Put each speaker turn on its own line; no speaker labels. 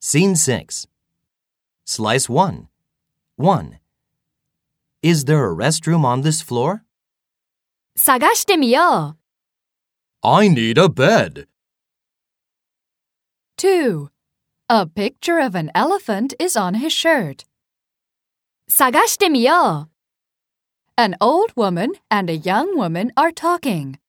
Scene 6. Slice 1. 1. Is there a restroom on this floor?
探してみよ
I need a bed.
う。2. A picture of an elephant is on his shirt. 探してみよう。An old woman and a young woman are talking.